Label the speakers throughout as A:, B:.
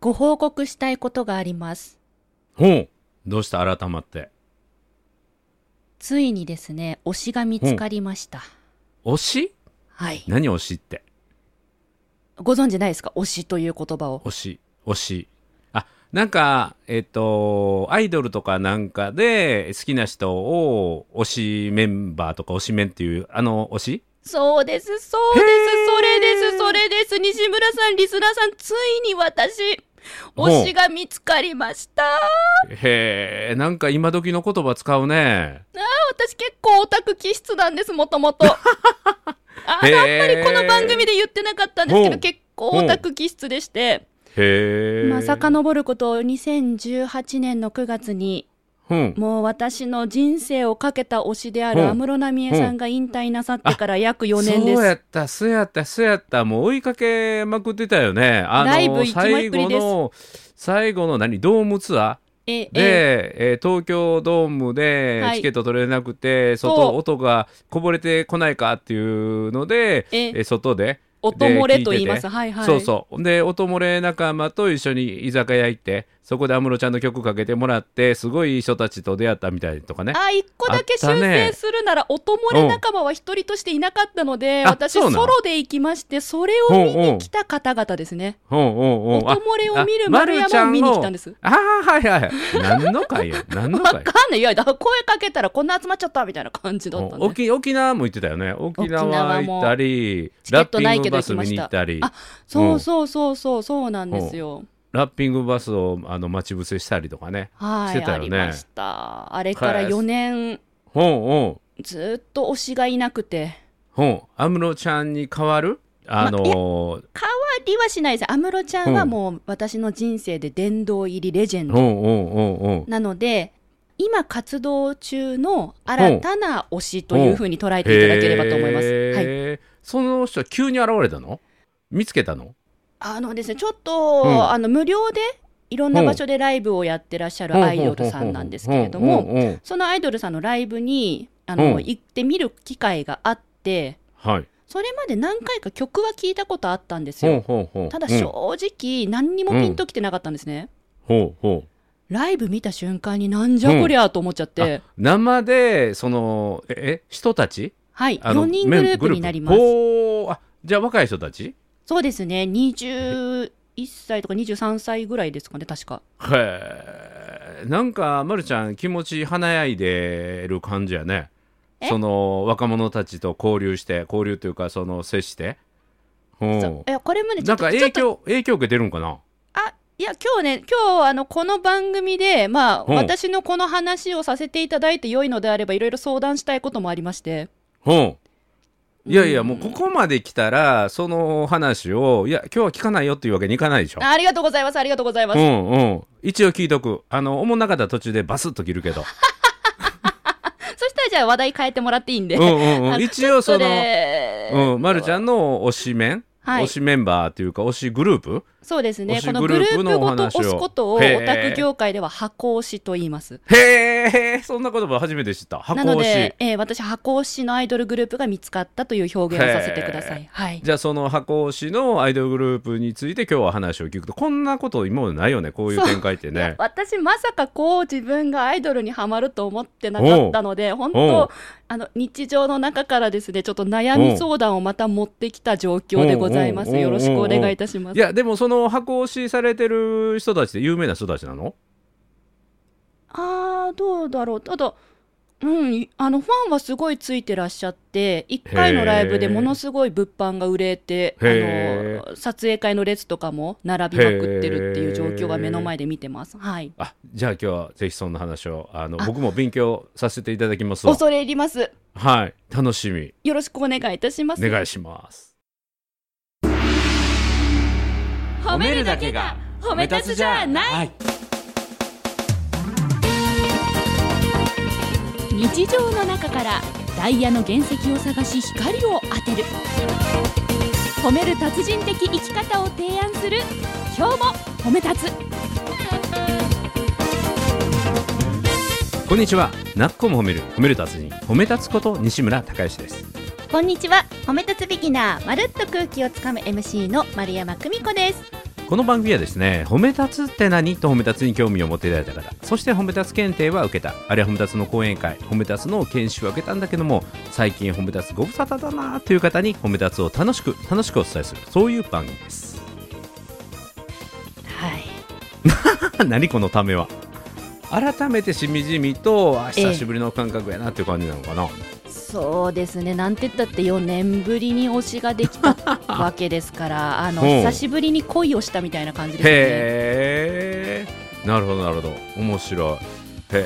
A: ご報告したいことがあります。
B: ほうどうした改まって
A: ついにですね、推しが見つかりました。
B: 推し
A: はい。
B: 何推しって
A: ご存知ないですか推しという言葉を。
B: 推し推しあなんかえっ、とアイドルとかなんかで好きな人を推しメンバーとか推しメンっていうあの推し
A: そうです、そうです、それです、それです。西村さん、リスナーさん、ついに私、
B: ほう
A: 推しが見つかりました。あ
B: へえなんか今時の言葉使うね
A: 私結構オタク気質なんです、もとも と。ああ
B: へー
A: んまりこの番組で言ってなかったんですけ
B: ほ
A: ど、
B: う
A: 結構オタク気質でして、
B: へえ
A: まあ、遡ることを2018年の9月に、
B: うん
A: もう私の人生をかけた推しであ
B: う
A: る
B: ん
A: 安室奈美恵さんが引退なさってから約4年で
B: そう
A: す。
B: やったそうやったそうやったもう追いかけまくってたよねあの
A: ライブ行きまくりです
B: 最後の最後の何ドームツアー
A: えええ
B: で、えー東京ドームで
A: はい
B: チケット取れなくて、
A: そう
B: 外音がこぼれてこないかっていうので、
A: え
B: えー外で、
A: 音漏れと言いま
B: で聞い
A: す。
B: て
A: はいはい。
B: そうそうで音漏れ仲間と一緒に居酒屋行ってそこで安室ちゃんの曲かけてもらってすごい人たちと出会ったみたいとかね
A: あ一個だけ修
B: あった
A: 正
B: ね
A: するなら、音漏れ仲間は一人としていなかったので、
B: あ
A: 私
B: そうなの
A: ソロで行きまして、それを見に来た方々ですね。
B: ほうほうほう
A: 音
B: あ
A: 漏れを見る
B: あ
A: 丸
B: まるちゃ
A: 山を
B: ん
A: 見に来たんです。
B: ああはいはい何の会や何の
A: わ
B: 会
A: かんない。いや、だから声かけたらこんな集まっちゃったみたいな感じだったんで。
B: 沖沖縄も行ってたよね沖縄行ったり
A: チケッ
B: ラッ
A: ト
B: ピ
A: ない
B: ン
A: けど
B: グバ
A: 行き
B: ス
A: ま
B: 見
A: した
B: に行ったり
A: あそうそうそうそう、そうなんですよ。
B: ラッピングバスをあの待ち伏せしたりとかね
A: は
B: し
A: い、
B: てた
A: あ
B: よね
A: りました。あれから4年、
B: ほうほ
A: ずーっと推しがいなくて。
B: うほう安室ちゃんに代わるあの
A: あ
B: ー
A: りはしないです。安室ちゃんはもう私の人生で殿堂入りレジェンド
B: ほうほうほうほう
A: なので、今活動中の新たな推しというふうに捉えていただければと思います。はい、
B: へーその人急に現れたの見つけたの
A: あのですね、ちょっと、
B: うん
A: あの無料でいろんな場所でライブをやってらっしゃるアイドルさんなんですけれど
B: ほう
A: も、
B: ほうほうほう
A: そのアイドルさんのライブにあの、
B: うん
A: 行ってみる機会があって、
B: はい
A: それまで何回か曲は聞いたことあったんです
B: ほう
A: よ。
B: ほうほう
A: ただ
B: うん
A: 正直、何にもピンときてなかったんですね。
B: ほうほう
A: ライブ見た瞬間になんじゃこりゃと思っちゃって、
B: 生でそのええ人たち
A: はい、
B: あの
A: 4人グループになります
B: メン。ほうあじゃあ若い人たち
A: そうですね、21歳とか23歳ぐらいですかね、確か。
B: へえなんか、ま、るちゃん気持ち華やいでる感じやね
A: え
B: その若者たちと交流して交流というかその接してうん
A: そういやこれまでちょっ
B: なん
A: と
B: か影
A: ちょっと
B: 響影響受けてるんかな
A: あいや、今日ね、今日あのこの番組で、まあ、
B: うん
A: 私のこの話をさせていただいて良いのであれば、いろいろ相談したいこともありまして、
B: うんいやいやもう
A: こ
B: ここまで来たらその話をいや今日は聞かないよっていうわけにいかないでしょ
A: あありがとうございます、ありがとうございま
B: う
A: す。
B: んうん一応聞いとくあの思んなかったら途中でバスッと切る けど
A: そしたらじゃあ、話題変えてもらっていいんで、
B: うんうん、
A: あ
B: うん、一応
A: そ
B: その
A: れ、
B: うん、ま、るちゃんの推しメン、
A: はい
B: 推しメンバーというか推しグループ
A: そうですね、
B: 推
A: こ
B: し
A: の
B: グ
A: グ
B: ル
A: ル
B: ープ
A: ープ
B: のお
A: ごと
B: 話を
A: 押すことを、オ
B: へー
A: タク業界では箱推しと言います。
B: へえそんな言葉初めて知った箱
A: なの
B: 推し
A: で、えー私、箱推しのアイドルグループが見つかったという表現をさせてください。はい、
B: じゃあその箱推しのアイドルグループについて今日は話を聞くとこんなこと今までないよねこういう展開って
A: いや
B: ね
A: 私まさかこう自分がアイドルにはまると思ってなかったので本
B: お
A: 当
B: う
A: あの日常の中からですねちょっと悩み相談をまた持ってきた状況でございま
B: お
A: す
B: うおうおう
A: よろしくお願いいたしま
B: い
A: す
B: やでもその箱推しされてる人たちって有名な人たちなの
A: あーどうだろうただうん、あのファンはすごいついてらっしゃって1回のライブでものすごい物販が売れてあ
B: へ
A: の撮影会の列とかも並びまくってるっていう状況が目の前で見てます。はい、
B: あじゃあ今日はぜひそんな話をあの僕も勉強させていただきますわ
A: 恐れ入ります。
B: はい楽しみ
A: よろしくお願いいたします。
B: お願いします
A: 褒
B: はい
A: 日常の中からダイヤの原石を探し光を当てる褒める達人的生き方を提案する今日も褒め立つ
B: こんにちはなっこも褒める褒める達人褒め立つこと西村孝之です
C: こんにちは褒め立つビギナーまるっと空気をつかむ MC の丸山久美子です
B: ここの番組はですね褒め立つって何と褒め立つに興味を持っていただいた方そして褒め立つ検定は受けたあるいは褒め立つの講演会褒め立つの研修は受けたんだけども最近褒め立つご無沙汰だなという方に褒め立つを楽しく楽しくお伝えするそういう番組です
A: はい
B: 何このためは改めてしみじみとあ
A: ええ
B: 久しぶりの感覚やなっていう感じなのかな、
A: そうですね、なんて言ったって4年ぶりに推しができ たわけですから、あの
B: うん
A: 久しぶりに恋をしたみたいな感じですね。
B: へえなるほどなるほど面白いへ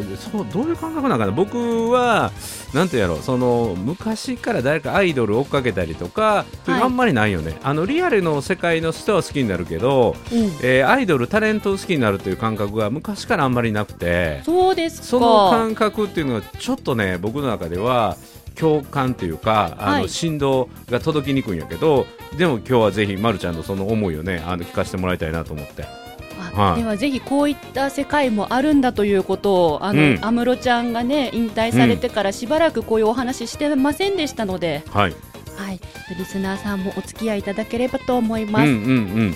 B: えそうどういう感覚なのかな僕はなんていうやろその昔から誰かアイドル追っかけたりとか、
A: はい
B: あんまりないよねあのリアルの世界の人は好きになるけど、
A: うん
B: えーアイドルタレントを好きになるという感覚が昔からあんまりなくて
A: そうですか。
B: その感覚っていうのはちょっとね僕の中では共感というかあの、
A: はい
B: 振動が届きにくいんやけどでも今日はぜひまるちゃんのその思いをねあの聞かせてもらいたいなと思って
A: あ
B: はい
A: ではぜひこういった世界もあるんだということをあの
B: うん
A: 安室、ちゃんがね引退されてからしばらくこういうお話ししてませんでしたので、
B: はい
A: はいリスナーさんもお付き合いいただければと思います。
B: うんうんうん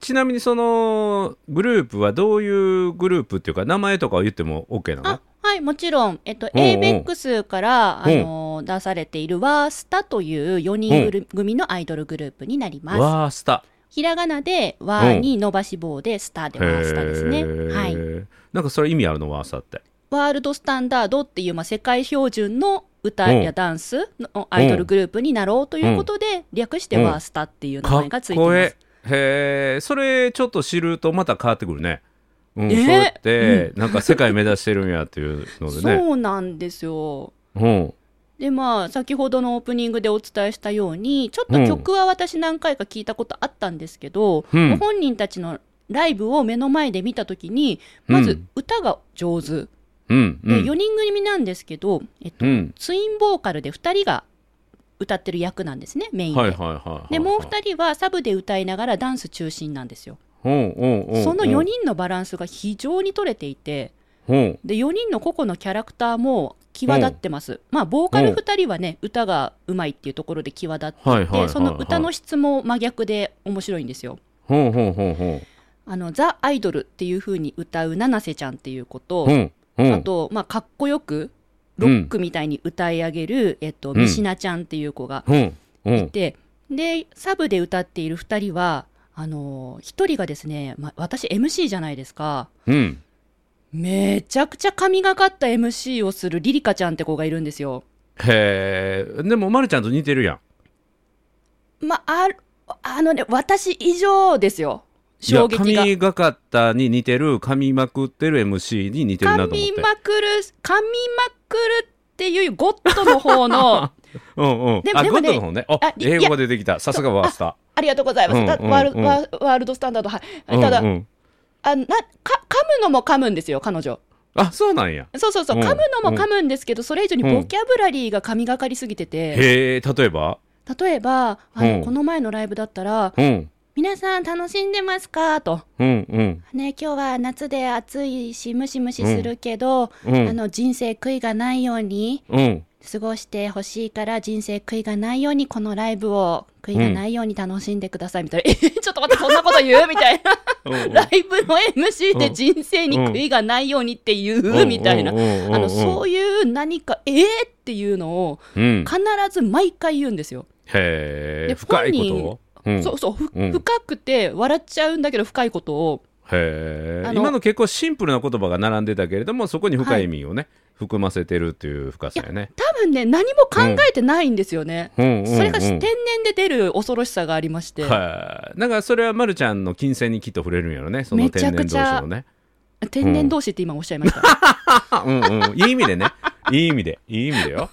B: ちなみにそのグループはどういうグループっていうか名前とかを言っても OK なの
A: あはい、もちろん、えっと、
B: おうおう
A: ABEX から、あ
B: うん
A: のー出されているワースタという4人ぐる組のアイドルグループになります。
B: ワースタ
A: ひらがなで、ワーに伸ばし棒で、スターでワースタですね。はい。
B: い、なんかそれ意味あるのワースタって
A: ワールドスタンダードっていう、まあ、世界標準の歌
B: う
A: や
B: ん
A: ダンスのアイドルグループになろうということで、略して
B: うん
A: ワースタっていう名
B: かっ
A: 前がついてま
B: こ
A: す。
B: えへえそれちょっと知るとまた変わってくるね、うん
A: えー
B: そうやって、なんか世界目指してるんやっていうのでね
A: そうなんですよ。
B: うん
A: でまあ、先ほどのオープニングでお伝えしたようにちょっ
B: う
A: と
B: ん
A: 曲は私何回か聞いたことあったんですけど、
B: うん
A: ご本人たちのライブを目の前で見た時にま
B: う
A: ず
B: ん
A: 歌が上手、
B: うんう
A: で4
B: ん
A: 人組なんですけど、えっと
B: うん
A: ツインボーカルで2人が歌ってる役なんですねメインで。
B: はいはいはいはい
A: でもう2人はサブで歌いながらダンス中心なんですよ。
B: うんうんうん
A: その4人のバランスが非常に取れていて
B: うん
A: で4人の個々のキャラクターも際立ってます、まあボーカル2人はね歌がうまいっていうところで際立っていて、
B: はいはいはいはい
A: その歌の質も真逆で面白いんですよ。
B: ほうほうほうほ
A: あのザ・アイドルっていう風に歌う七瀬ちゃんっていう子と、
B: ううんうん
A: あと、まあ、かっこよくロックみたいに歌い上げる、えっと、
B: ん
A: ミシナちゃんっていう子が
B: うんうん
A: ででサブで歌っている2人はあのー、1人がですね、まあ、私 MC じゃないですか
B: うん
A: めちゃくちゃ神がかった MC をするリリカちゃんって子がいるんですよ。
B: へえでもまるちゃんと似てるやん
A: まあああのね私以上ですよ
B: いや
A: 衝撃が。
B: 髪がかったに似てる髪まくってる MC に似てるなと思って
A: 神まくる神まくるっていうゴッドの方 の
B: うんうん
A: でも
B: あ
A: で
B: ゴ
A: も
B: ッ
A: ね
B: ドの方ねあ
A: あい
B: 英語が出てきたさすがワースタ
A: ありがとうございます、だ
B: うんうん
A: ワール
B: うん
A: ワーワールドスタンダードはい、
B: うん
A: ただ、
B: うん
A: あなか噛むのも噛むんですよ彼女
B: あそうなんや
A: そうそうそう、
B: うん
A: 噛むのも噛むんですけど、それ以上に
B: うん
A: ボキャブラリーが神がかりすぎてて、
B: へえ例えば
A: 例えば、あの、
B: うん
A: この前のライブだったら、
B: うん
A: 皆さん楽しんでますかと。
B: うんうん
A: ね、今日は夏で暑いし、ムシムシするけど、
B: う
A: あ
B: ん
A: の、人生悔いがないように
B: うん
A: 過ごしてほしいから、人生悔いがないように、このライブを悔いがないように楽しんでください、みたいな。え ちょっと待って、そんなこと言うみたいな。ライブの MC で人生に悔いがないようにって言 うみたいな。あのそういう何かえーっていうのを
B: うん
A: 必ず毎回言うんですよ。
B: へ
A: で
B: え深いことうん
A: そうそうふ
B: うん
A: 深くて笑っちゃうんだけど深いことを
B: へ
A: あ
B: え
A: の
B: 今の結構シンプルな言葉が並んでたけれどもそこに深い意味をね含ませてるっていう深さやね
A: 多分ね何も考えてないんですよね。
B: うんうん
A: それがし天
B: うん
A: 然で出る恐ろしさがありまして、
B: はいだからそれはまるちゃんの金銭にきっと触れるんやろねその天然同士のね
A: 天然同士って今おっしゃいました。
B: あうんうんいい意味でねいい意味でいい意味でよ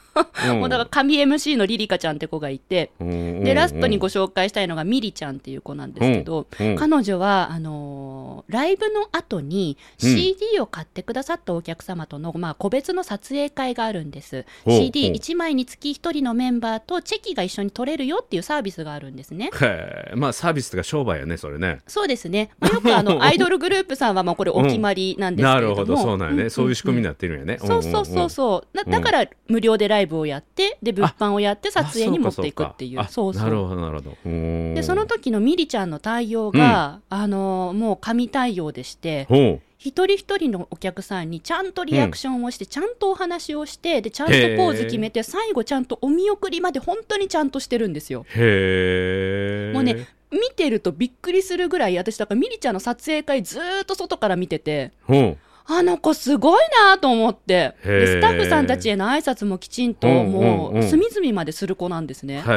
B: うん
A: もうだから神 MC のリリカちゃんって子がいて、で、ラストにご紹介したいのがミリちゃんっていう子なんですけど、
B: うんうん
A: 彼女は、あのーライブの後に
B: うん
A: CD を買ってくださったお客様との、まあ、個別の撮影会があるんです。
B: ほうほう
A: CD1 枚につき1人のメンバーとチェキが一緒に撮れるよっていうサービスがあるんですね。
B: へえまあサービスとか商売やねそれね
A: そうですね。まあ、よくあ の、アイドルグループさんは、まあ、これお決まりなんですけ
B: な
A: れども。
B: るほどそうなんやね、
A: んん
B: そういう仕組みになってるんやね
A: そうそうそうそう。だ
B: うん
A: だから、無料でライブをやって、で、物販をやって、撮影に持っていくっていう。そうそう
B: なるほどなるほど
A: で
B: で
A: その時のミリちゃんの対応が、あのもう神対応でして
B: ほ
A: 一人一人のお客さんにちゃんとリアクションをして、ちゃんとお話をしてでちゃんとポーズ決めて最後ちゃんとお見送りまで本当にちゃんとしてるんですよ。
B: うへえ
A: もうね見てるとびっくりするぐらい私だからミリちゃんの撮影会ずーっと外から見てて
B: ほう
A: あの子すごいなと思って
B: へー
A: でスタッフさんたちへの挨拶もきちんと
B: うん
A: も
B: うんう
A: うん隅々までする子なんですね。
B: へ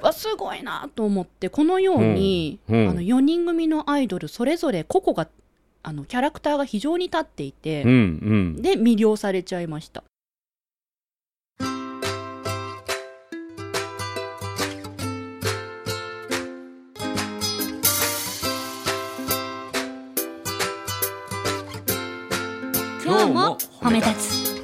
A: うわすごいなと思ってこのように、
B: うんうん
A: あの4人組のアイドルそれぞれ個々があのキャラクターが非常に立ってい
B: えうん
A: て、
B: うん
A: で魅了されちゃいました
B: 今日も褒め立
A: つ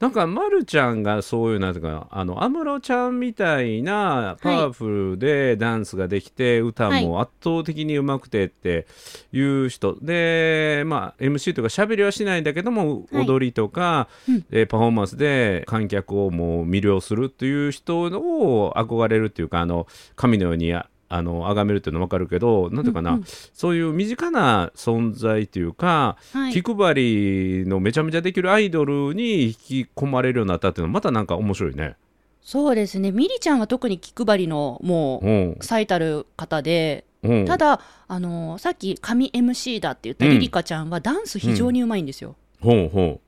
B: なんかまるちゃんがそういうなんていうかあの安室ちゃんみたいなパワフルでダンスができて、歌も圧倒的にうまくてっていう人でまあ MC とか喋りはしないんだけども、
A: はい
B: 踊りとか、
A: うん
B: えーパフォーマンスで観客をもう魅了するっていう人を憧れるっていうかあの神のようにああの崇めるっていうのは分かるけどなんていうかな、
A: うんうん
B: そういう身近な存在というか、
A: はい
B: 気配りのめちゃめちゃできるアイドルに引き込まれるようになったっていうのはまたなんか面白いね。
A: そうですねミリちゃんは特に気配りのも
B: うん
A: う最たる方で
B: うん、
A: ただあのさっき神 MC だって言った
B: うん
A: リリカちゃんはダンス非常にうまいんですよ、
B: ほうほ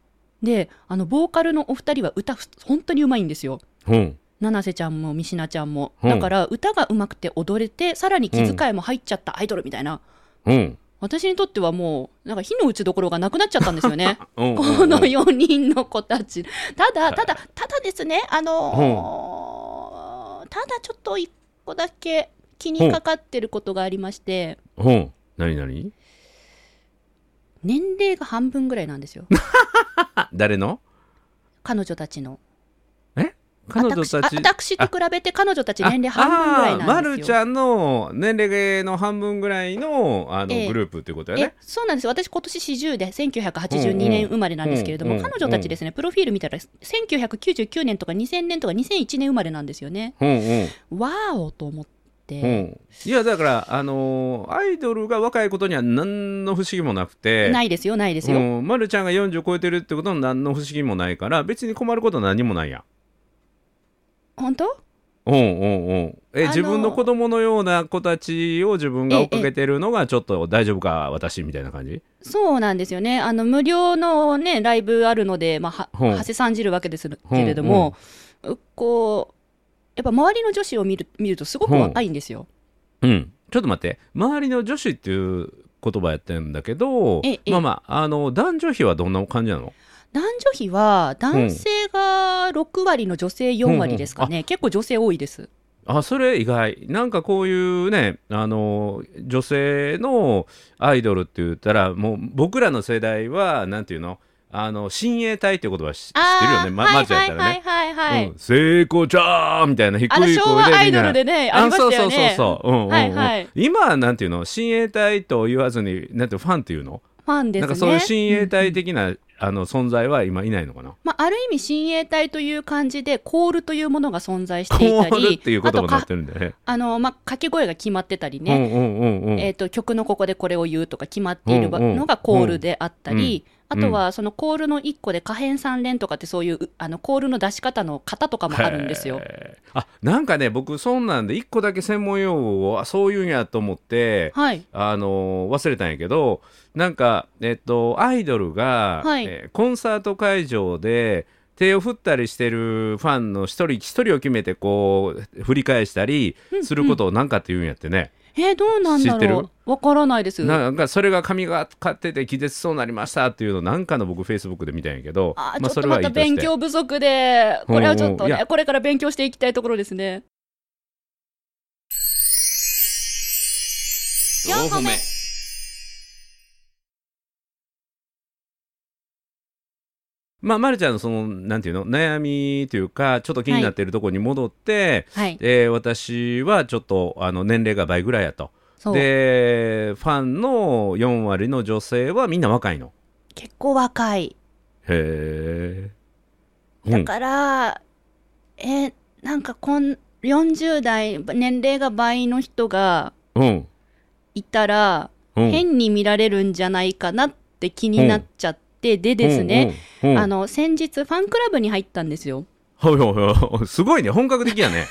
A: であのボーカルのお二人は歌ふ本当にうまいんですよ
B: うほう
A: 七瀬ちゃんもミシナちゃんも、
B: うん
A: だから歌がうまくて踊れてさらに気遣いも入っちゃったアイドルみたいな、
B: うん
A: 私にとってはもうなんか火の打ちどころがなくなっちゃったんですよね
B: うんうん
A: この4人の子たちただただただですねあのーただちょっと一個だけ気にかかってることがありまして
B: ほう何何
A: 年齢が半分ぐらいなんです よ
B: あ誰の
A: 彼女たちの
B: え彼女たち
A: 私あ私と比べて彼女たち年齢半分ぐらい
B: ああーま
A: なん
B: る
A: です
B: ち
A: よ
B: ゃんの年齢の半分ぐらいのあの
A: ええ
B: グループっていうことや
A: え
B: ね。
A: そうなんです私、今年40で1982年生まれなんですけれど
B: う
A: も、
B: んうん
A: 彼女たちですね、プロフィール見たら、1999年とか2000年とか2001年生まれなんですよね。
B: うんうん
A: わーおと思っ
B: う
A: て、
B: ん、いやだから、あのーアイドルが若いことには何の不思議もなくて
A: ないですよ、ないですよ。
B: うん、まるちゃんが40超えてるってことの何の不思議もないから別に困ることは何もないやん。
A: 本当
B: うんうんうん、
A: あ
B: え
A: の
B: 自分の子供のような子たちを自分が追っかけてるのがちょっと大丈夫か私みたいな感じ
A: そうなんですよね、あの無料の、ね、ライブあるので、まあ、
B: ほう
A: ははせさんじるわけですけれども、うこうやっぱ周りの女子を見る見ると、すごく若いんですよ。
B: うんちょっと待って周りの女子っていう言葉やってんだけど
A: ええ
B: まあまああの男女比はどんな感じなの
A: 男女比は、男性が6割の女性4割ですかね、結構女性多いです。
B: あそれ意外なんかこういうねあの女性のアイドルって言ったらもう僕らの世代はなんていうのあの親衛隊って言葉し知ってるよねまま
A: あ
B: るちゃんやっ
A: ー
B: たらね。
A: はいはいはいはいはい。
B: うん、聖子ちゃんみたいな低い
A: あ
B: 声
A: の
B: でみん
A: 昭和
B: な
A: アイドルでね、ありましたよね。
B: あそうそうそうそう、うんうんうん
A: はいはい
B: 今はなんていうの親衛隊と言わずになんていうのファンっていうの、
A: ファンですね。
B: なんかそういう親衛
A: うん
B: 隊的な、あの存在は今いないのかな
A: まあ、ある意味親衛隊という感じで、コールというものが存在していたり、
B: コールっていう言
A: あ
B: 葉
A: と
B: になっ
A: か、
B: てるんだよね
A: あの、まあ、掛け声が決まってたり
B: う
A: ね、
B: んうんうんうん
A: えっ、と、曲のここでこれを言うとか決まっている
B: うんうん
A: のがコールであったり、
B: うんうん
A: あとはそのコールの一個で可変三連とかってそういう、うあの、コールの出し方の型とかもあるんですよ。
B: へーあなんかね僕そんなんで一個だけ専門用語をあそういうんやと思って
A: はい。
B: あの忘れたんやけどなんか、えっと、アイドルが、
A: はい
B: えーコンサート会場で手を振ったりしてるファンの一人一人を決めてこう振り返したりすることを何かって言うんやってね、
A: えー、どうなんだ
B: 知って
A: ろ
B: る
A: うわからないです
B: なんかそれが髪が勝ってて気絶しそうになりましたっていうのなんかの僕フェイスブックで見たんやけど
A: あー
B: まあ
A: ちょ
B: そ
A: っ
B: れ
A: とま
B: はい
A: た
B: いとし
A: 勉
B: て
A: 強不足で、これはちょっと
B: うんうんい
A: ね
B: や、
A: これから勉強していきたいところですね。4個目
B: まあ、まるちゃんのそのなんていうの悩みというかちょっと気になってるところに戻って、
A: はい。
B: えー私はちょっとあの年齢が倍ぐらいやと
A: そう。
B: でファンの4割の女性はみんな若いの
A: 結構若い。
B: へえ、う
A: だ
B: ん、
A: から、えーなんかこん、40代、年齢が倍の人が
B: うん
A: いたら、
B: うん
A: 変に見られるんじゃないかなって気になっちゃって、でですね、
B: うんうんうん
A: あの、先日ファンクラブに入ったんですよ。
B: はいはいはい。すごいね。本格的 やね。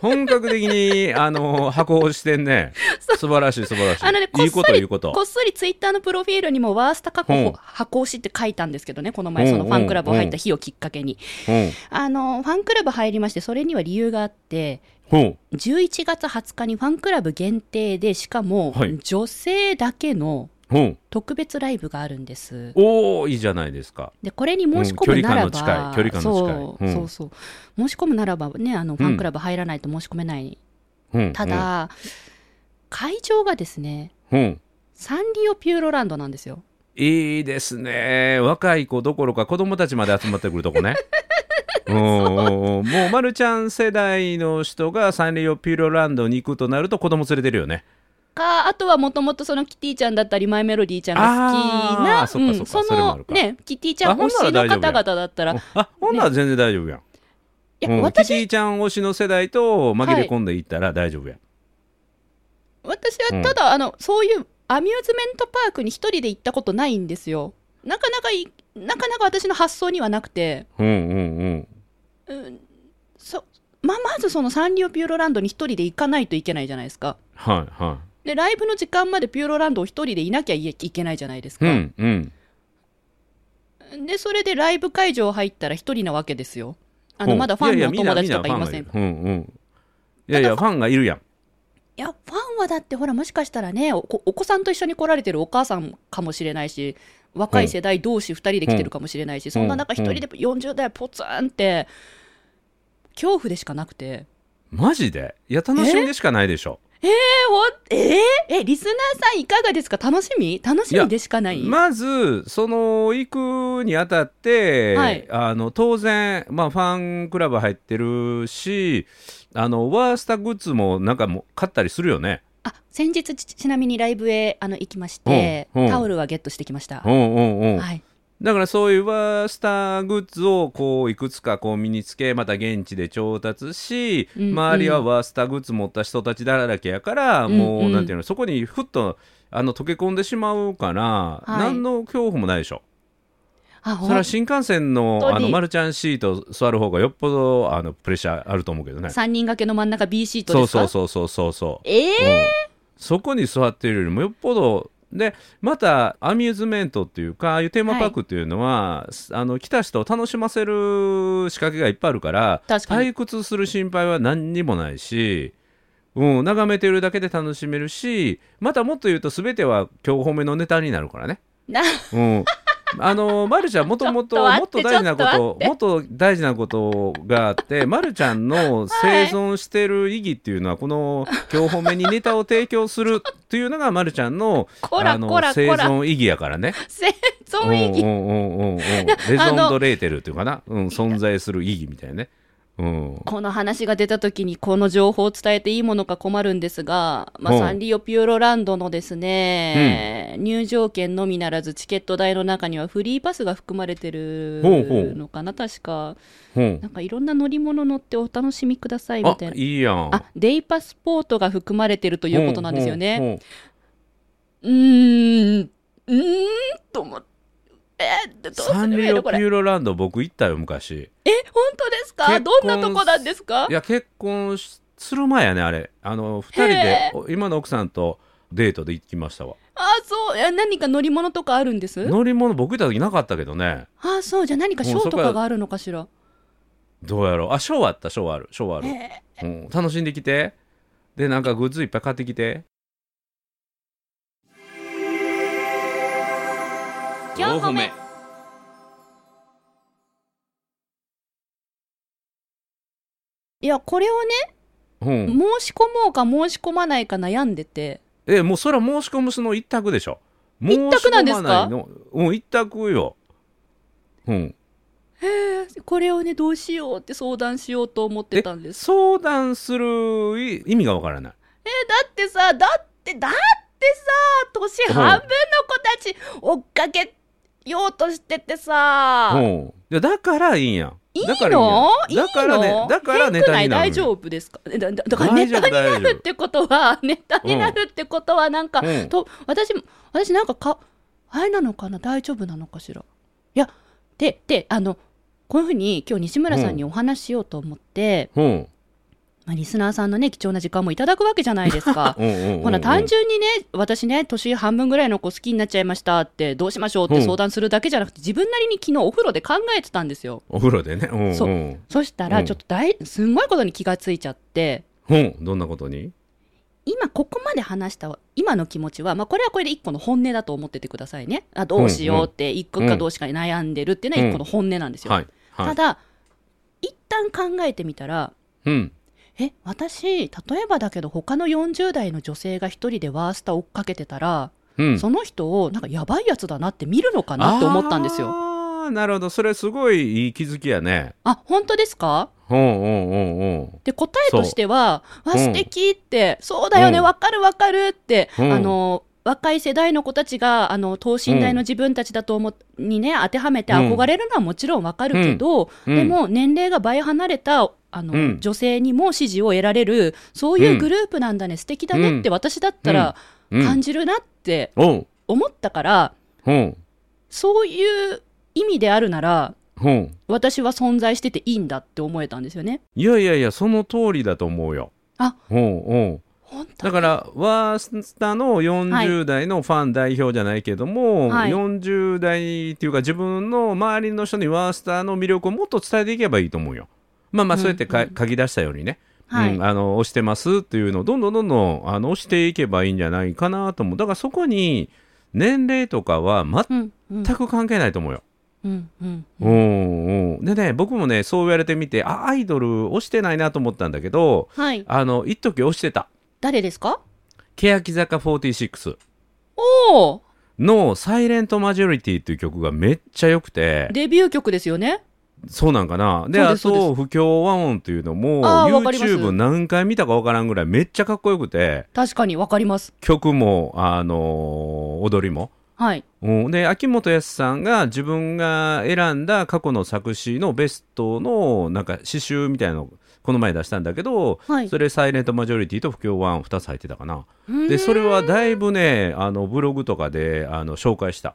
B: 本格的に、あの、箱をしてんね。素晴らしい素晴らしい。
A: あのね、こっ
B: いい
A: そ
B: こと
A: り
B: 言うこと。
A: っそりツイッターのプロフィールにもワースタ過去
B: うん
A: 箱押しって書いたんですけどね、この前そのファンクラブ入った日をきっかけに。
B: うん。
A: あの、ファンクラブ入りまして、それには理由があって、
B: うん。
A: 11月20日にファンクラブ限定で、しかも
B: はい
A: 女性だけの
B: うん。
A: 特別ライブがあるんです。
B: おー、いいじゃないですか。
A: で、これに申し込むならば、
B: うん距離感の近い距離感の近いうん
A: そうそうそう。申し込むならばね、あの、ファンクラブ入らないと申し込めない。
B: うん。
A: ただ、会場がですね、
B: うん、うん。
A: サンリオピューロランドなんですよ。
B: いいですね。若い子どころか子供たちまで集まってくると こね。うんうんうんもう、まるちゃん世代の人がサンリオピューロランドに行くとなると子供連れてるよね。
A: か、あとはもともとそのキティちゃんだったり、マイメロディーちゃんが好き
B: あ
A: な、
B: ーそっかそっか
A: そ
B: それもあ
A: の
B: るか
A: ね、キティちゃん推し
B: あほ
A: の
B: んなら大丈
A: 方
B: 夫や
A: 々だったら、い
B: あ、ほんなら全然大丈夫や
A: や、
B: ん。うん、キテ
A: 私、
B: ィちゃん推しの世代と紛れ込んでいったら大丈夫や、
A: 私はただ、あの、そういうアミューズメントパークに一人で行ったことないんですよ。なかなかい、なかなか私の発想にはなくて、
B: うんうんうん
A: うん、そ、ま、まずそのサンリオピューロランドに一人で行かないといけないじゃないですか。
B: はいは
A: で、ライブの時間までピューロランドを一人でいなきゃいいけないじゃないです
B: い
A: か。
B: うんうん
A: で、それでライブ会場入ったら一人なわけですよ。あ
B: う
A: の、
B: ん
A: まだファン
B: や
A: のお
B: やみんな
A: 友達とかいません
B: みんなファンがいるうんうんいやいやファンがいるやん
A: いや、ファンはだってほら、もしかしたらねお、おお子さんと一緒に来られてるお母さんかもしれないし、若い世代同士2人で来てるかもしれないし、そんな中、一人で40代ポツンって、恐怖でしかなくて。
B: マジでいや楽しんでしかないでしょ
A: えー、ほんえーえ、リスナーさんいかがですか楽しみ楽しみでしかない
B: まずその行くにあたって、
A: はい
B: あの当然、まあ、ファンクラブ入ってるしあのワースタグッズもなんかもう買ったりするよね
A: あ、先日ち、ちなみにライブへあの行きまして、
B: うんうん
A: タオルはゲットしてきました。
B: うんうんうん、
A: はい。
B: だからそういうワースターグッズをこういくつかこう身につけまた現地で調達し、
A: うんうん
B: 周りはワースターグッズ持った人たちだらけやから、
A: うんうん
B: もうなんていうのそこにふっとあの溶け込んでしまうから、
A: い
B: 何の恐怖もないでしょ
A: あ、
B: そ
A: ほ
B: れは
A: ん
B: 新幹線
A: 本
B: の
A: 当
B: あ
A: に
B: のマルちゃんシート座る方がよっぽどあのプレッシャーあると思うけどね
A: 3人掛けの真ん中 B シート
B: そう
A: ですか
B: そうそうそうそうそう
A: えー
B: うんそこに座っているよりもよっぽどでまたアミューズメントっていうかああいうテーマパークっていうのは、あの来た人を楽しませる仕掛けがいっぱいあるから
A: 確かに
B: 退屈する心配は何にもないし、うん、眺めてるだけで楽しめるしまたもっと言うと全ては今日褒めのネタになるからね。
A: な
B: うんあのま、るちゃんもとも
A: ちょ
B: と
A: っと待
B: も
A: っ
B: ってと大事なこ
A: ちょ
B: ともっと大事なことがあって、ま、るちゃんの生存してる意義っていうのはこの今日褒めにネタを提供するっていうのがまるちゃんの
A: こら
B: あの
A: こらこ
B: 生
A: ら
B: 存意義やからね
A: 生存意義
B: うんうん うんうんうんレゾンドレーテルっていうかな、うん、存在する意義みたいなね、うん、
A: この話が出た時にこの情報を伝えていいものか困るんですが、まあ、
B: うん
A: サンリオピューロランドのですね、入場券のみならずチケット代の中にはフリーパスが含まれてる
B: ほうほう
A: のかな確か
B: うん
A: なんかいろんな乗り物乗ってお楽しみくださいみ
B: あ
A: たいない
B: いやん
A: あデイパスポートが含まれてると
B: と
A: いうことなんですよねうーんうーんと思ってえー、どう
B: サ
A: す
B: ン
A: ればい
B: リ
A: い
B: オ
A: の
B: ピ
A: こ
B: ュ
A: れ
B: ーロランド僕行ったよ昔
A: え本当ですか
B: 結
A: ど
B: 婚
A: んなとこなんですか
B: いや結婚しする前やねあれあの2人
A: へ
B: でお今の奥さんとデートで行きましたわ
A: あそうえ何か乗り物とかあるんです
B: 乗り物僕行った時なかったけどね
A: ああそうじゃあ何かショーとかがあるのかしら
B: どうやろうあショーあったショーあるショーある、
A: え
B: うん、楽しんできてでなんかグッズいっぱい買ってきて
A: 四歩目ーいやこれをね
B: うん、
A: 申し込もうか申し込まないか悩んでて
B: えもうそれは申し込むその一択でしょ申し
A: 一択なんですか
B: 込まいのうん一択ようん
A: これをねどうしようって相談しようと思ってたんです
B: 相談するい意味がわからない
A: えだってさだってだってさ年半分の子たち追っかけようとしててさ、
B: うんいやだからいいんや
A: いい
B: だから
A: の
B: いいんやだから
A: いい
B: ね
A: の
B: だからネ
A: 変く
B: タ
A: な
B: に
A: い
B: なる
A: 大丈夫ですかえだだだからネタになるってことはネタになるってことはなんか、
B: うん
A: と私私なんかかあれなのかな大丈夫なのかしらいやでであのこういうふうに今日西村さんにお話ししようと思って、
B: うん
A: まあ、リスナーさんのね貴重な時間もいただくわけじゃないですか
B: うん うんうんうん
A: ほら単純にね私ね年半分ぐらいの子好きになっちゃいましたってどうしましょうって相談するだけじゃなくて自分なりに昨日お風呂で考えてたんですよ
B: お風呂でねうん
A: そう
B: うん
A: そした
B: う
A: ら
B: ん
A: ちょっと大すんごいことに気がついちゃって
B: うんどんなことに
A: 今ここまで話した今の気持ちは、まあ、これはこれで一個の本音だと思っててくださいねあどうしようって一個かどうしかに悩んでるっていうのは一個の本音なんですよ、
B: はいは
A: た
B: い
A: だ一旦考えてみたら
B: うん
A: え私例えばだけど他の40代の女性が一人でワースタ追っかけてたら
B: うん
A: その人をなんかやばいやつだなって見るのかなって思ったんですよ。
B: あーなるほどそれすごいいい気づきやね
A: あ本当ですか
B: うんうんうんうん
A: で答えとしては「
B: う
A: わ素敵って、そうだよね
B: うん
A: わかるわかる」って、
B: うん
A: あの若い世代の子たちがあの等身大の自分たちだと思っにね当てはめて
B: うん
A: 憧れるのはもちろんわかるけど、
B: うん
A: でも年齢が倍離れたあの、
B: うん
A: 女性にも支持を得られるそういうグループなんだね、素敵だねって私だったら
B: うん
A: 感じるなって
B: うん
A: 思ったから、
B: うん
A: そういう意味であるなら
B: うん
A: 私は存在してていいんだって思えたんですよね。
B: いやいやいやその通りだと思うよ
A: あ
B: うんうん
A: 本当
B: だからワースタの40代のファン代表じゃないけども、
A: はい
B: 40代っていうか自分の周りの人にワースタの魅力をもっと伝えていけばいいと思うよ。まあまあそうやって
A: う
B: か、
A: んうん
B: 書き出したようにね、
A: はい
B: うん、あの押してますっていうのをどんどんどんどんあの押していけばいいんじゃないかなと思うだからそこに年齢とかは
A: うんうん
B: 全く関係ないと思うよ。
A: うんうん
B: う
A: うん
B: んうん、でね僕もねそう言われてみてあアイドル押してないなと思ったんだけど
A: はい
B: あの一時押してた
A: 誰ですか
B: 欅坂46。
A: おお
B: の「サイレントマジョリティ」っていう曲がめっちゃ良くて
A: デビュー曲ですよね
B: そうなんかなで
A: そう
B: あ
A: ですそうです
B: と「不協和音」っていうのも
A: あーわかります
B: YouTube 何回見たかわからんぐらいめっちゃかっこよくて
A: 確かにわかります
B: 曲も、あのー踊りも。
A: はい
B: うん、で秋元康さんが自分が選んだ過去の作詞のベストのなんか詩集みたいなのをこの前出したんだけど、
A: はい
B: それ「サイレントマジョリティ」と「不協和音」2つ入ってたかな。
A: で
B: でそれはだいぶねあのブログとかであの紹介した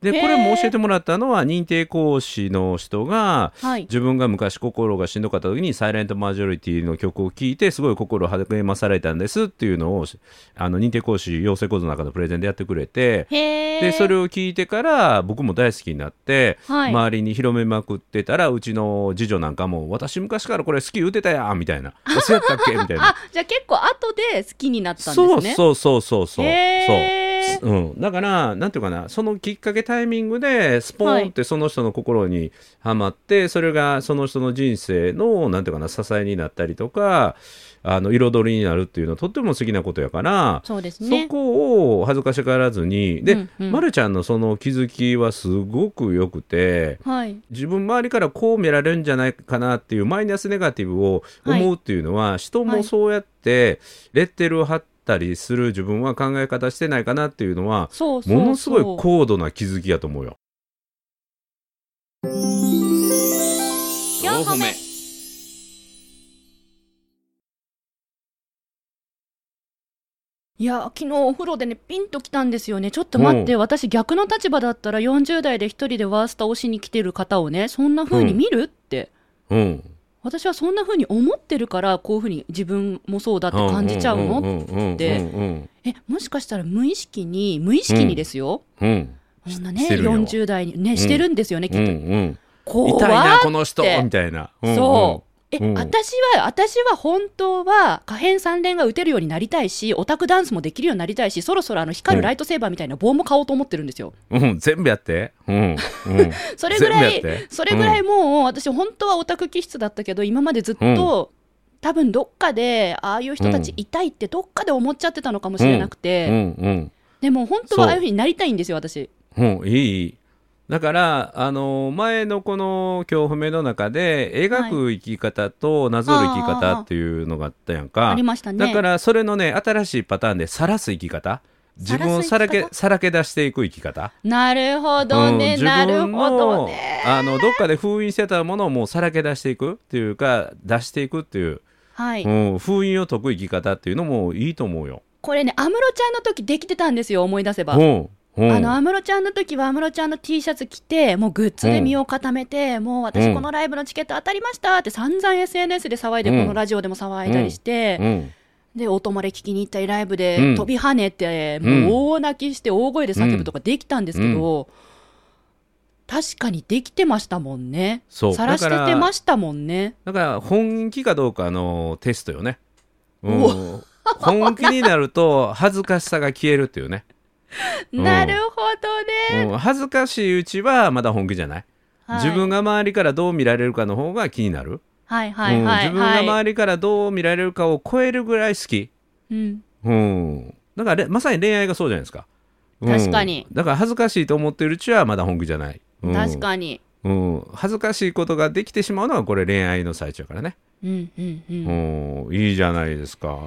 B: で
A: へー
B: これも教えてもらったのは認定講師の人が
A: はい
B: 自分が昔心がしんどかった時に「サイレントマジョリティ」の曲を聴いてすごい心を励まされたんですっていうのをあの認定講師養成講座の中のプレゼンでやってくれて
A: へえ
B: でそれを聞いてから僕も大好きになって
A: はい、
B: 周りに広めまくってたらうちの次女なんかも「私昔からこれ好き言うてたやん」みたいな「そうやったっけ?」みたいな
A: あじゃあ結構後で好きになったんです
B: そう
A: ねう
B: そうそうそうそうそう
A: へえ
B: うん、だからなんていうかなそのきっかけタイミングでスポーンってその人の心にはまって、それがその人の人生のなんていうかな支えになったりとかあの彩りになるっていうのはとっても好きなことやから、
A: そうです
B: そ
A: ね
B: こを恥ずかしがらずにで、
A: うんうん
B: まるちゃんのその気づきはすごくよくて。
A: はい
B: 自分周りからこう見られるんじゃないかなっていうマイナスネガティブを思うっていうのは、人もそうやってレッテルを貼ったりする自分は考え方してないかなっていうのは
A: そうそうそう
B: ものすごい高度な気づきやと思うよ。
A: 四歩目いや昨日お風呂でねピンときたんですよねちょっと待って、私逆の立場だったら40代で一人でワースタをしに来てる方をねそんな風に見る、って
B: うん、
A: 私はそんな風に思ってるからこういう風に自分もそうだって感じちゃうの、
B: の
A: て
B: て
A: えもしかしたら無意識に無意識にですよ、
B: うん
A: こんな
B: し
A: ね
B: てるよ
A: 40代にねしてるんですよね、
B: う
A: きっ
B: ん
A: と
B: うん
A: 怖
B: 痛いなこ
A: っ
B: の人
A: って
B: みたいな、うん
A: そうえ、
B: うん
A: 私は私は本当は可変三連が打てるようになりたいしオタクダンスもできるようになりたいしそろそろあの光るライトセーバーみたいな棒も買おうと思ってるんですよ、
B: うんうん全部やってうんうん
A: それぐら
B: 全部やっ
A: い
B: て
A: それぐらいもう私本当はオタク気質だったけど今までずっと、多分どっかでああいう人たちいたいってどっかで思っちゃってたのかもしれなくて、
B: うんうん
A: でも本当
B: そう
A: はああいうふうになりたいんですよ私
B: うん、いい。だから、あの前のこの恐怖目の中で、描く生き方となぞる生き
A: あーあーあー
B: 方っていうのがあったやん
A: あ
B: か
A: り。ましたね
B: だから、それのね、新しいパターンで、晒す生き方。自分をさら
A: 晒す生き
B: け、さらけ出していく生き方。
A: なるほどね、
B: うん
A: なるほどね
B: あの、どっかで封印してたものをもうさらけ出していくっていうか、出していくっていう、
A: はい、
B: うん、封印を解く生き方っていうのもいいと思うよ。
A: これね安室ちゃんの時できてたんですよ思い出せば、
B: うん、うん、
A: あの安室ちゃんの時は安室ちゃんの T シャツ着てもうグッズで身を固めて、もう
B: うん
A: 私このライブのチケット当たりましたって散々 SNS で騒いで、
B: うん
A: このラジオでも騒いだりして
B: う、ん、
A: で音まで聞きに行ったりライブで
B: うん
A: 飛び跳ねて、
B: うん
A: もう大泣きして大声で叫ぶとかできたんですけど、確かにできてましたもんね
B: そう。
A: さらして
B: だか
A: て
B: ら
A: ましたもんね
B: だから本気かどうかのテストよね。うん
A: うわ
B: 本気になると恥ずかしさが消えるっていうね、うん
A: なるほどね、
B: うん恥ずかしいうちはまだ本気じゃない、
A: はい
B: 自分が周りからどう見られるかの方が気になる、
A: はいはいはい、
B: うん自分が
A: はい
B: 周りからどう見られるかを超えるぐらい好き、
A: うん、
B: うん、だかられまさに恋愛がそうじゃないですか、うん
A: 確かに
B: だから恥ずかしいと思ってるうちはまだ本気じゃない、うん
A: 確かに
B: うん、恥ずかしいことができてしまうのがこれ恋愛の最中やからね、
A: うんうんうん、
B: うん、いいじゃないですか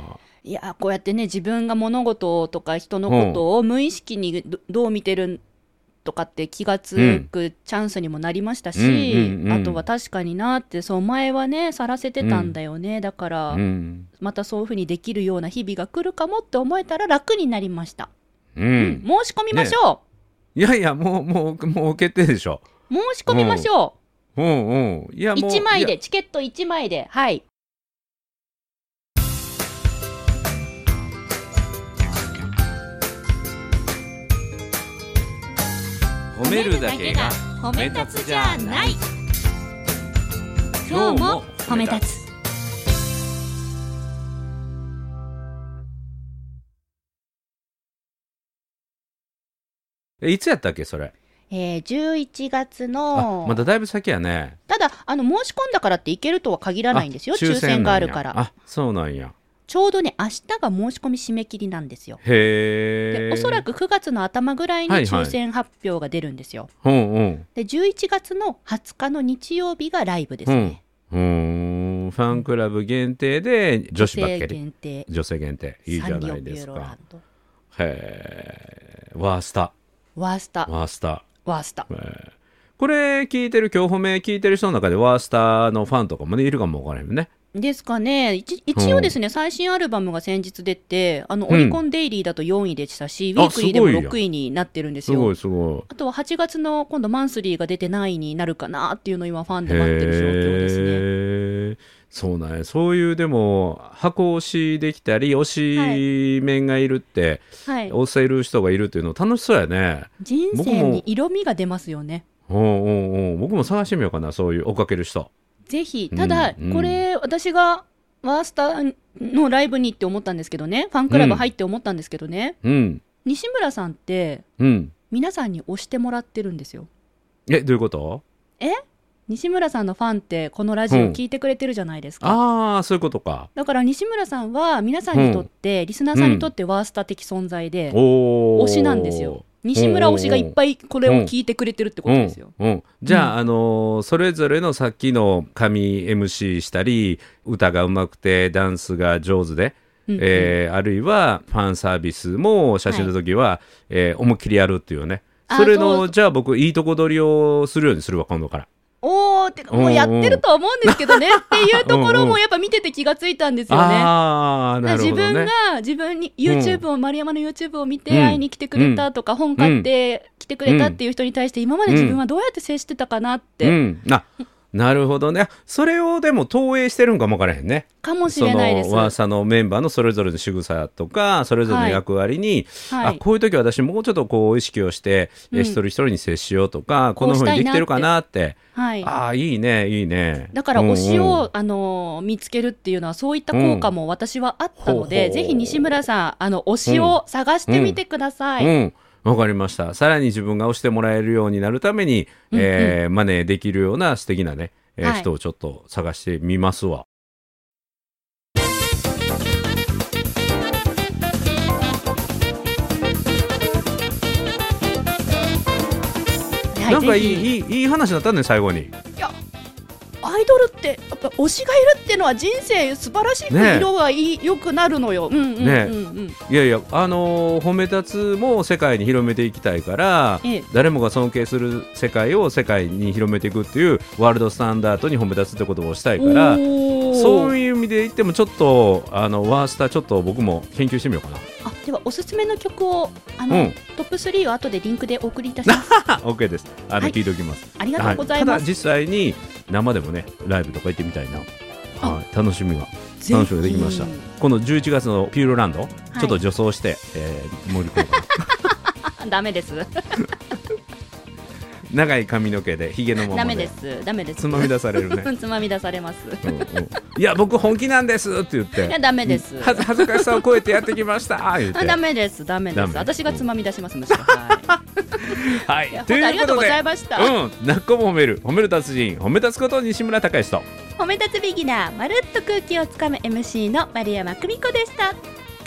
A: いやーこうやってね自分が物事とか人のことを無意識にどどう見てるとかって気がつくチャンスにもなりましたし、
B: うんうんうんうん
A: あとは確かになってそう前はねさらせてたんだよね、だから、
B: うん
A: またそういうふうにできるような日々が来るかもって思えたら楽になりました、
B: う
A: うん
B: ん、
A: 申し込みましょ
B: いやいや、もう、もう、もう決定でしょ。
A: う、申し込みましょ
B: うんうん。いや、
A: う
B: もう。
A: 1枚
B: い
A: でチケット1枚ではい
B: や。褒めるだけが
A: 褒
B: め立つじゃない今日も褒め立
A: つ
B: えいつやったっけ、それ。
A: えー、11月
B: あ
A: の、
B: まだだいぶ先やね。
A: ただあの申し込んだからっていけるとは限らないんですよ
B: あ
A: 抽選が
B: な
A: あ
B: んや
A: るから
B: あ、そうなんや。
A: ちょうどね明日が申し込み締め切りなんですよ
B: へ
A: で
B: え。
A: おそら
B: く。
A: く9月の頭ぐらいに
B: はいはい
A: 抽選発表が出るんですよ、
B: うんうん。
A: で11月の20日の日曜日がライブです
B: うん
A: ね、。
B: うーん。ファンクラブ限定で、女子ばっ
A: 女
B: か
A: 性
B: り。
A: 限定
B: 女性限定。いいじ
A: サ
B: ゃ
A: ンリ
B: な
A: オ
B: い
A: ピ
B: で
A: ュー
B: す
A: ロラ
B: か
A: ン。ド
B: へえ。ワースタ。
A: ワースタ
B: ワースタ。
A: ワースタ
B: へーこれ聞いてる、今日褒め聞いてる人の中でワースタのファンとかもね、いるかもわからへんよね。
A: ですかね一一応ですね、最新アルバムが先日出てあのオリコンデイリーだと4位でしたし、ウィークリーでも
B: あすごいやん
A: 6位になってるんです
B: す
A: よ
B: ごいすごい。
A: あとは8月の今度マンスリーが出て何位になるかなっていうのを今ファンで待ってる状況ですね。
B: へーそうなんやそういうでも箱推しできたり推し面がいるって、
A: はい、
B: 推せる人がいるっていうの楽しそうやね
A: 人
B: 僕
A: 生
B: も
A: に色味が出ますよね。
B: うんうんうん僕も探してみようかなそういう追っかける人
A: ぜひ
B: うん
A: ただ
B: うん
A: これ私がワースターのライブに行って思ったんですけどねファンクラブ入って思ったんですけどね、
B: うん
A: 西村さんって
B: うん
A: 皆さんに押してもらってるんですよ。
B: えどういうこと
A: 西村さんのファンってこのラジオ聞いてくれてるじゃないですか。
B: ああそういうことか
A: だから西村さんは皆さんにとって、リスナーさんにとってワースター的存在で、
B: おお
A: 推しなんですよ西村推しがいっぱいこれを聞いてくれてるってことですよ。
B: うんうん、じゃあ、あのーそれぞれのさっきの神 MC したり歌がうまくてダンスが上手で、
A: うんうん
B: えーあるいはファンサービスも写真の時は、えー思いっきりやるっていうね
A: あ
B: それ
A: そ
B: の
A: う
B: じゃあ僕いいとこ取りをするようにするわ今度から
A: おーってかもうやってるとは思うんですけどねっていうところもやっぱ見てて気がついたんですよね。
B: ああなる
A: 自
B: ほど
A: 分
B: ね
A: が自分に YouTube を、丸山の YouTube を見て
B: うん
A: 会いに来てくれたとか、本買って来てくれたっていう人に対して今まで自分はどうやって接してたかなって、
B: うんあなるほどねそれをでも投影してるんかもわからへんね
A: かもし
B: そ
A: れないで
B: の
A: す。
B: 和さのメンバーのそれぞれの仕草とかそれぞれの役割に、
A: は
B: あ
A: い。
B: こういう時私もうちょっとこう意識をして、え
A: うん
B: 一人一人に接しようとかこんな
A: こうし
B: 風
A: た
B: に
A: い
B: で
A: なって
B: きてるかなって
A: はい。
B: ああいいねいいね
A: だから推し
B: うんう
A: を、
B: ん
A: あのー見つけるっていうのはそういった効果も私はあったので、
B: うんほうほう
A: ぜひ西村さんあの推しを探してみてください。
B: うん、わかりました。さらに自分が押してもらえるようになるために、
A: うんうん
B: えーマネできるような素敵なね、えー
A: はい
B: 人をちょっと探してみますわ。
A: はい
B: なんかいい
A: ぜひ
B: いいいい話だったね最後に。
A: アイドルってやっぱ推しがいるっていうのは人生素晴らしく
B: ねえ
A: 色がいい、良くなるのよ。うんうんうんうん。
B: ねいやいやあのー褒め立つも世界に広めていきたいから。
A: ええ
B: 誰もが尊敬する世界を世界に広めていくっていうワールドスタンダードに褒め立つってことをしたいから
A: おー
B: そういう意味で言ってもちょっとあのワースターちょっと僕も研究してみようかな。
A: あではおすすめの曲をあの、
B: うん
A: トップ3を後でリンクでお送りいたし ます。
B: あ OK です。あの、
A: はい
B: 聞いておきます。
A: ありがとうござい
B: は
A: ま
B: ただ
A: す。
B: 実際に生でもねライブとか行ってみたいな、
A: あ
B: はい、楽しみが
A: ぜひ
B: 楽しみができましたこの11月のピューロランド、ちょっと
A: は
B: 助走して、えー、盛り込む
A: い、 ダメです。
B: 長い髪の毛でひげのままで
A: ダメです。ダメです。
B: つまみ出されるね
A: つまみ出され ます。
B: うんうんいや僕本気なんですって言って
A: いやダメです
B: はず恥ずかしさを超えてやってきました言っ
A: あ
B: て
A: ダメです、ダメで
B: ダ
A: す。
B: メ
A: 私がつまみ出します、むしろ。は
B: はい
A: い、いや
B: と
A: 本当あ
B: い
A: りが
B: うこと
A: う
B: と
A: ござい
B: で
A: ました。
B: うん、なっこも褒める褒める達人褒め立つこと西村隆之と
A: 褒め立つビギナー、まるっと空気をつかむ MC の丸山久美子でした。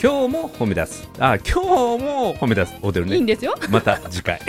B: 今日も褒め立つあ今日も褒め立つおてる
A: いいん
B: ね
A: ですよ。
B: また次回